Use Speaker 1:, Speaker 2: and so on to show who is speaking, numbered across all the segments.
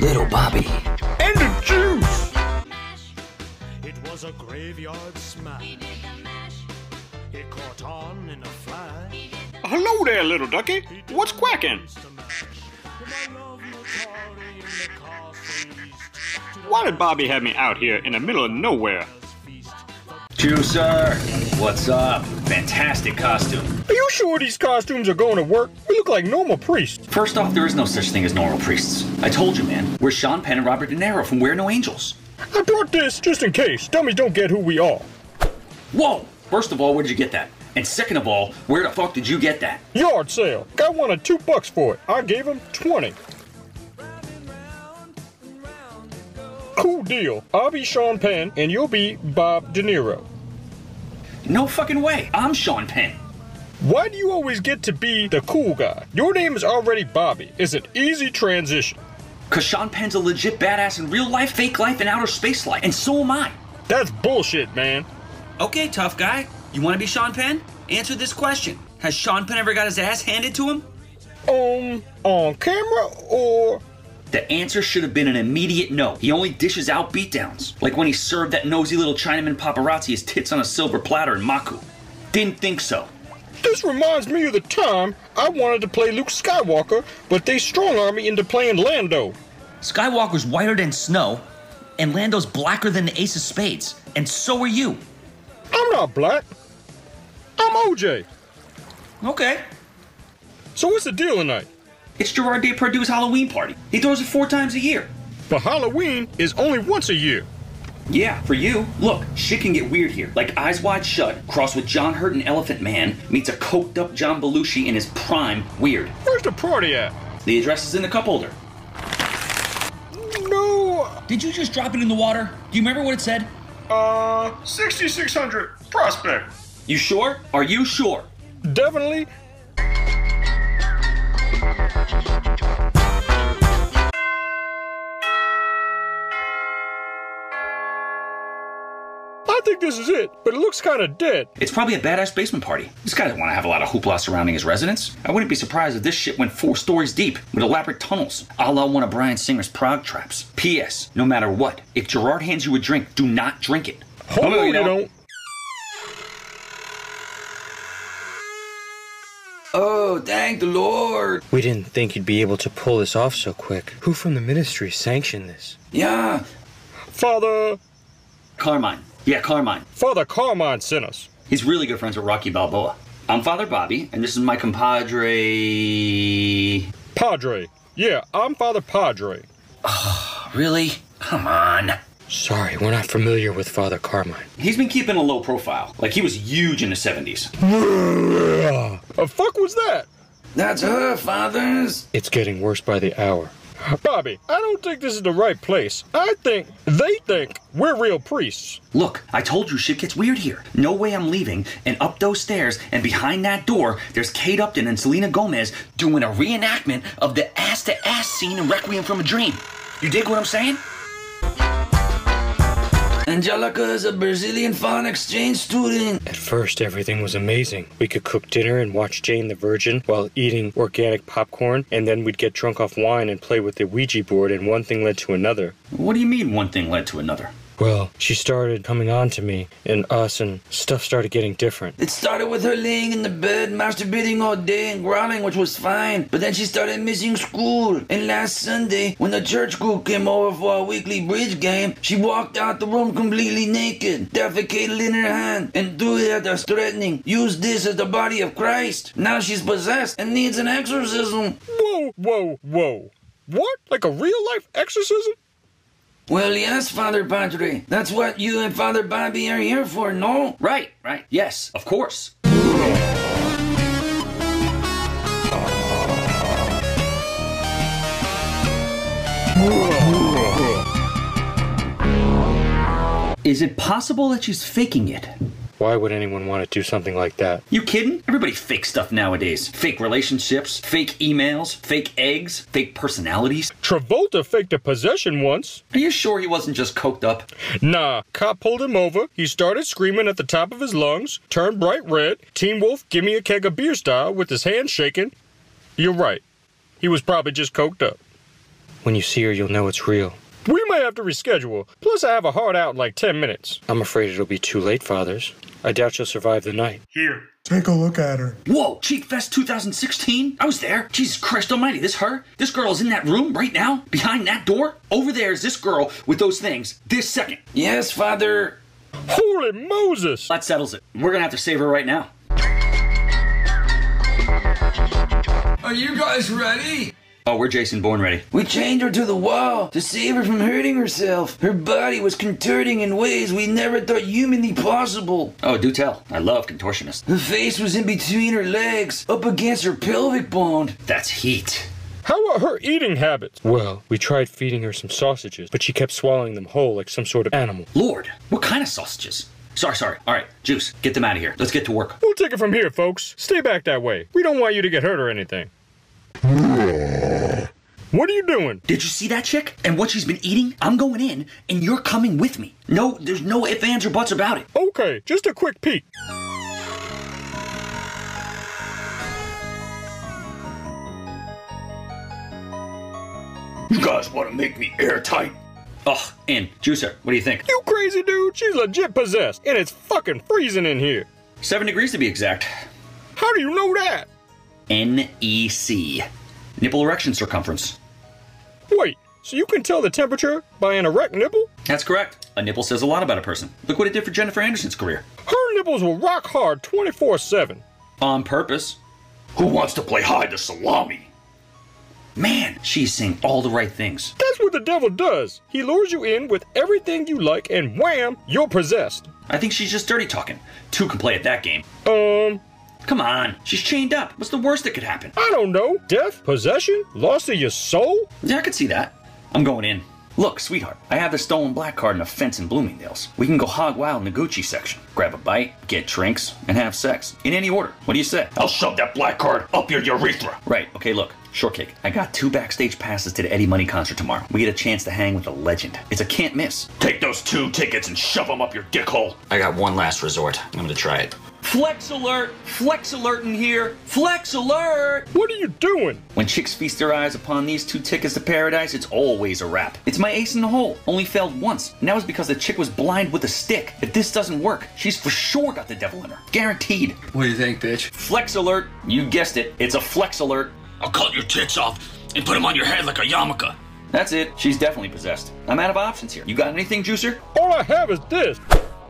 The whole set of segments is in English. Speaker 1: Little Bobby.
Speaker 2: And the juice.
Speaker 3: It was a graveyard smash. It caught on in a flash.
Speaker 2: Hello there, little ducky. What's quacking?
Speaker 3: Used to mash. My love notorious in the castle east.
Speaker 2: Why did Bobby have me out here in the middle of nowhere?
Speaker 1: Juicer, what's up? Fantastic costume.
Speaker 4: Are you sure these costumes are going to work? We look like normal priests.
Speaker 1: First off, there is no such thing as normal priests. I told you, man. We're Sean Penn and Robert De Niro from We're No Angels.
Speaker 4: I brought this just in case dummies don't get who we are.
Speaker 1: Whoa! First of all, where'd you get that? And second of all, where the fuck did you get that?
Speaker 4: Yard sale. Guy wanted two bucks for it. I gave him 20. Cool deal. I'll be Sean Penn and you'll be Bob De Niro.
Speaker 1: No fucking way. I'm Sean Penn.
Speaker 4: Why do you always get to be the cool guy? Your name is already Bobby. It's an easy transition.
Speaker 1: Cause Sean Penn's a legit badass in real life, fake life, and outer space life. And so am I.
Speaker 4: That's bullshit, man.
Speaker 5: Okay, tough guy. You want to be Sean Penn? Answer this question. Has Sean Penn ever got his ass handed to him?
Speaker 4: Um, on camera or
Speaker 1: The answer should have been an immediate no. He only dishes out beatdowns. Like when he served that nosy little Chinaman paparazzi his tits on a silver platter in Maku. Didn't think so.
Speaker 4: This reminds me of the time I wanted to play Luke Skywalker, but they strong armed me into playing Lando.
Speaker 5: Skywalker's whiter than snow, and Lando's blacker than the ace of spades, and so are you.
Speaker 4: I'm not black. I'm OJ.
Speaker 5: Okay.
Speaker 4: So what's the deal tonight?
Speaker 1: It's Gerard Depardieu's Halloween party. He throws it four times a year.
Speaker 4: But Halloween is only once a year.
Speaker 1: Yeah, for you. Look, shit can get weird here. Like Eyes Wide Shut, crossed with John Hurt and Elephant Man, meets a coked up John Belushi in his prime weird.
Speaker 4: Where's the party at?
Speaker 1: The address is in the cup holder.
Speaker 4: No,
Speaker 5: Did you just drop it in the water? Do you remember what it said?
Speaker 4: uh, 6600 Prospect.
Speaker 1: You sure? Are you sure?
Speaker 4: Definitely. I think this is it, but it looks kind of dead.
Speaker 1: It's probably a badass basement party. This guy doesn't want to have a lot of hoopla surrounding his residence. I wouldn't be surprised if this shit went four stories deep with elaborate tunnels, a la one of Brian Singer's prog traps. P.S. No matter what, if Gerard hands you a drink, do not drink it.
Speaker 4: Hold
Speaker 1: no,
Speaker 4: on,
Speaker 1: you
Speaker 4: you
Speaker 1: don't.
Speaker 4: don't.
Speaker 1: Oh, thank the Lord.
Speaker 6: We didn't think you'd be able to pull this off so quick. Who from the ministry sanctioned this?
Speaker 1: Yeah.
Speaker 4: Father,
Speaker 1: Carmine. Yeah, Carmine.
Speaker 4: Father Carmine sent us.
Speaker 1: He's really good friends with Rocky Balboa. I'm Father Bobby, and this is my compadre.
Speaker 4: Padre. Yeah, I'm Father Padre.
Speaker 1: Really? Come on.
Speaker 6: Sorry, we're not familiar with Father Carmine.
Speaker 1: He's been keeping a low profile. Like, he was huge in the 70s.
Speaker 4: The fuck was that?
Speaker 1: That's her, fathers.
Speaker 6: It's getting worse by the hour.
Speaker 4: Bobby, I don't think this is the right place. I think they think we're real priests.
Speaker 1: Look, I told you shit gets weird here. No way I'm leaving, and up those stairs and behind that door, there's Kate Upton and Selena Gomez doing a reenactment of the ass to ass scene in Requiem from a Dream. You dig what I'm saying? Angelica is a Brazilian foreign exchange student.
Speaker 6: At first, everything was amazing. We could cook dinner and watch Jane the Virgin while eating organic popcorn, and then we'd get drunk off wine and play with the Ouija board, and one thing led to another.
Speaker 1: What do you mean one thing led to another?
Speaker 6: Well, she started coming on to me and us, and stuff started getting different.
Speaker 7: It started with her laying in the bed, masturbating all day and growling, which was fine. But then she started missing school. And last Sunday, when the church group came over for our weekly bridge game, she walked out the room completely naked, defecated in her hand, and threw it at us, threatening, Use this as the body of Christ. Now she's possessed and needs an exorcism.
Speaker 4: Whoa, whoa, whoa. What? Like a real life exorcism?
Speaker 7: Well, yes, Father Padre. That's what you and Father Bobby are here for, no?
Speaker 1: Right, right. Yes, of course. Is it possible that she's faking it?
Speaker 6: Why would anyone want to do something like that?
Speaker 1: You kidding? Everybody fakes stuff nowadays. Fake relationships, fake emails, fake eggs, fake personalities.
Speaker 4: Travolta faked a possession once.
Speaker 1: Are you sure he wasn't just coked up?
Speaker 4: Nah, cop pulled him over. He started screaming at the top of his lungs, turned bright red. Teen Wolf, give me a keg of beer style, with his hand shaking. You're right. He was probably just coked up.
Speaker 6: When you see her, you'll know it's real.
Speaker 4: We may have to reschedule. Plus, I have a hard out in like 10 minutes.
Speaker 6: I'm afraid it'll be too late, Fathers. I doubt you'll survive the night.
Speaker 2: Here.
Speaker 8: Take a look at her.
Speaker 1: Whoa, Cheek Fest 2016? I was there. Jesus Christ almighty, this her? This girl is in that room right now? Behind that door? Over there is this girl with those things this second.
Speaker 7: Yes, Father.
Speaker 4: Holy Moses!
Speaker 1: That settles it. We're gonna have to save her right now.
Speaker 9: Are you guys ready?
Speaker 1: Oh, we're Jason Bourne ready.
Speaker 7: We chained her to the wall to save her from hurting herself. Her body was contorting in ways we never thought humanly possible.
Speaker 1: Oh, do tell. I love contortionists.
Speaker 7: Her face was in between her legs, up against her pelvic bone.
Speaker 1: That's heat.
Speaker 4: How are her eating habits?
Speaker 6: Well, we tried feeding her some sausages, but she kept swallowing them whole like some sort of animal.
Speaker 1: Lord, what kind of sausages? Sorry, sorry. All right, Juice, get them out of here. Let's get to work.
Speaker 4: We'll take it from here, folks. Stay back that way. We don't want you to get hurt or anything. What are you doing?
Speaker 1: Did you see that chick and what she's been eating? I'm going in, and you're coming with me. No, there's no ifs, ands, or buts about it.
Speaker 4: Okay, just a quick peek.
Speaker 1: You guys want to make me airtight? Ugh, and Juicer, what do you think?
Speaker 4: You crazy dude? She's legit possessed, and it's fucking freezing in here.
Speaker 1: Seven degrees to be exact.
Speaker 4: How do you know that?
Speaker 1: NEC. Nipple erection circumference.
Speaker 4: Wait, so you can tell the temperature by an erect nipple?
Speaker 1: That's correct. A nipple says a lot about a person. Look what it did for Jennifer Anderson's career.
Speaker 4: Her nipples will rock hard 24 7.
Speaker 1: On purpose.
Speaker 9: Who wants to play hide the salami?
Speaker 1: Man, she's saying all the right things.
Speaker 4: That's what the devil does. He lures you in with everything you like, and wham, you're possessed.
Speaker 1: I think she's just dirty talking. Two can play at that game.
Speaker 4: Um,
Speaker 1: Come on, she's chained up. What's the worst that could happen?
Speaker 4: I don't know. Death? Possession? Loss of your soul?
Speaker 1: Yeah, I could see that. I'm going in. Look, sweetheart, I have the stolen black card in a fence in Bloomingdale's. We can go hog wild in the Gucci section. Grab a bite, get drinks, and have sex. In any order. What do you say?
Speaker 9: I'll shove that black card up your urethra.
Speaker 1: Right, okay, look. Shortcake, I got two backstage passes to the Eddie Money concert tomorrow. We get a chance to hang with a legend. It's a can't miss.
Speaker 9: Take those two tickets and shove them up your dick hole.
Speaker 10: I got one last resort. I'm gonna try it.
Speaker 5: Flex alert! Flex alert in here! Flex alert!
Speaker 4: What are you doing?
Speaker 1: When chicks feast their eyes upon these two tickets to paradise, it's always a wrap. It's my ace in the hole. Only failed once, and that was because the chick was blind with a stick. If this doesn't work, she's for sure got the devil in her. Guaranteed.
Speaker 10: What do you think, bitch?
Speaker 1: Flex alert! You guessed it. It's a flex alert.
Speaker 10: I'll cut your tits off and put them on your head like a yarmulke.
Speaker 1: That's it. She's definitely possessed. I'm out of options here. You got anything, Juicer?
Speaker 4: All I have is this.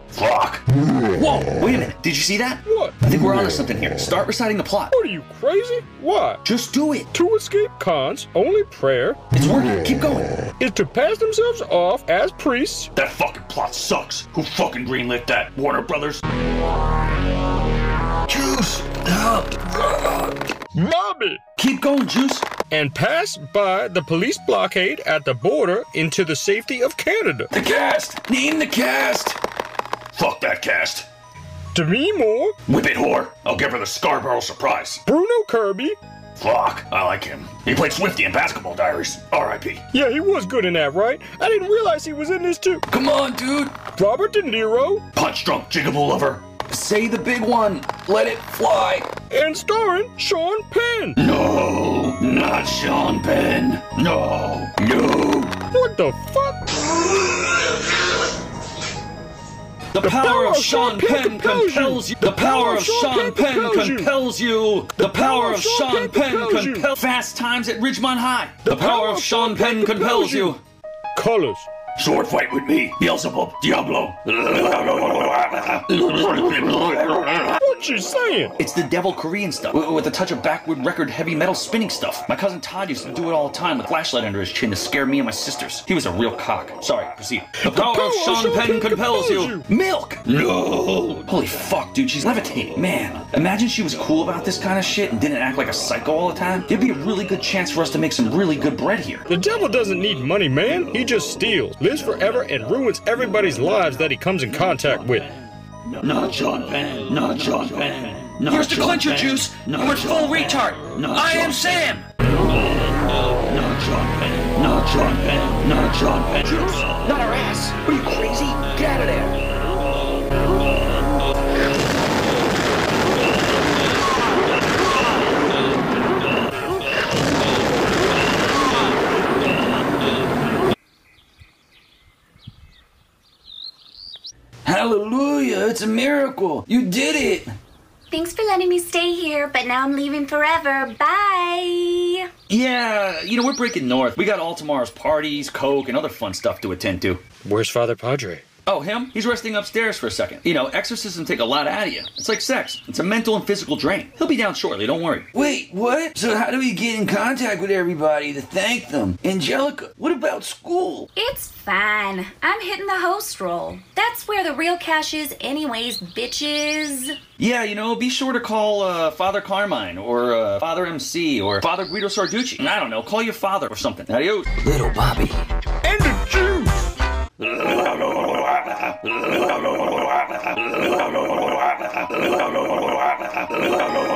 Speaker 1: Fuck. Whoa, wait a minute. Did you see that?
Speaker 4: What?
Speaker 1: I think we're onto something here. Start reciting the plot.
Speaker 4: What are you crazy? Why?
Speaker 1: Just do it.
Speaker 4: To escape Khan's only prayer
Speaker 1: It's working. Keep going.
Speaker 4: is to pass themselves off as priests.
Speaker 9: That fucking plot sucks. Who fucking greenlit that? Warner Brothers?
Speaker 1: Juice.
Speaker 4: Bobby!
Speaker 1: Keep going, Juice.
Speaker 4: And pass by the police blockade at the border into the safety of Canada.
Speaker 7: The cast! Name the cast!
Speaker 9: Fuck that cast.
Speaker 4: To me, more
Speaker 9: Whip it, whore. I'll give her the Scarborough surprise.
Speaker 4: Bruno Kirby.
Speaker 9: Fuck, I like him. He played Swifty in Basketball Diaries. R.I.P.
Speaker 4: Yeah, he was good in that, right? I didn't realize he was in this too.
Speaker 7: Come on, dude!
Speaker 4: Robert De Niro
Speaker 9: Punch drunk jigaboo lover.
Speaker 7: Say the big one! Let it fly!
Speaker 4: and starring Sean Penn.
Speaker 9: No, not Sean Penn. No, no.
Speaker 4: What the fuck?
Speaker 1: The, power, of Sean Penn compels you. The power of Sean Penn
Speaker 4: compels you.
Speaker 1: compels you. The power of Sean Penn compels Fast times at Ridgemont High. The power of Sean Penn compels you.
Speaker 4: Colors.
Speaker 9: Sword fight with me, Beelzebub, Diablo.
Speaker 4: What's she saying?
Speaker 1: It's the devil Korean stuff wi- with a touch of backward record heavy metal spinning stuff. My cousin Todd used to do it all the time with a flashlight under his chin to scare me and my sisters. He was a real cock. Sorry, proceed. The, power, of Sean, Penn, compels, you. Milk. No. Holy fuck, dude, she's levitating. Man, imagine she was cool about this kind of shit and didn't act like a psycho all the time. There'd be a really good chance for us to make some really good bread here.
Speaker 4: The devil doesn't need money, man. He just steals, lives forever, and ruins everybody's lives that he comes in contact with.
Speaker 9: Not Sean Penn. Not Sean Penn. Not
Speaker 5: Here's the
Speaker 9: Sean
Speaker 5: clincher
Speaker 9: Penn.
Speaker 5: juice.
Speaker 9: Not
Speaker 5: We're
Speaker 9: Sean
Speaker 5: full
Speaker 9: Penn.
Speaker 5: retard.
Speaker 9: Not
Speaker 5: I am
Speaker 9: Sean
Speaker 5: Sam.
Speaker 9: Not Sean Penn. Not Sean Penn. Not Sean Penn. Juice. Not our ass. What are you crazy? Get out of there.
Speaker 7: Hallelujah, it's a miracle. You did it.
Speaker 8: Thanks for letting me stay here, but now I'm leaving forever. Bye.
Speaker 1: Yeah, you know, we're breaking north. We got all tomorrow's parties, coke, and other fun stuff to attend to.
Speaker 6: Where's Father Padre?
Speaker 1: Oh, him? He's resting upstairs for a second. You know, exorcisms take a lot out of you. It's like sex. It's a mental and physical drain. He'll be down shortly, don't worry.
Speaker 7: Wait, what? So how do we get in contact with everybody to thank them? Angelica, what about school?
Speaker 8: It's fine. I'm hitting the host role. That's where the real cash is, anyways, bitches.
Speaker 1: Yeah, you know, be sure to call uh, Father Carmine or uh, Father MC or Father Guido Sarducci. I don't know, call your father or something. Adios.
Speaker 7: Little Bobby.
Speaker 2: And the juice!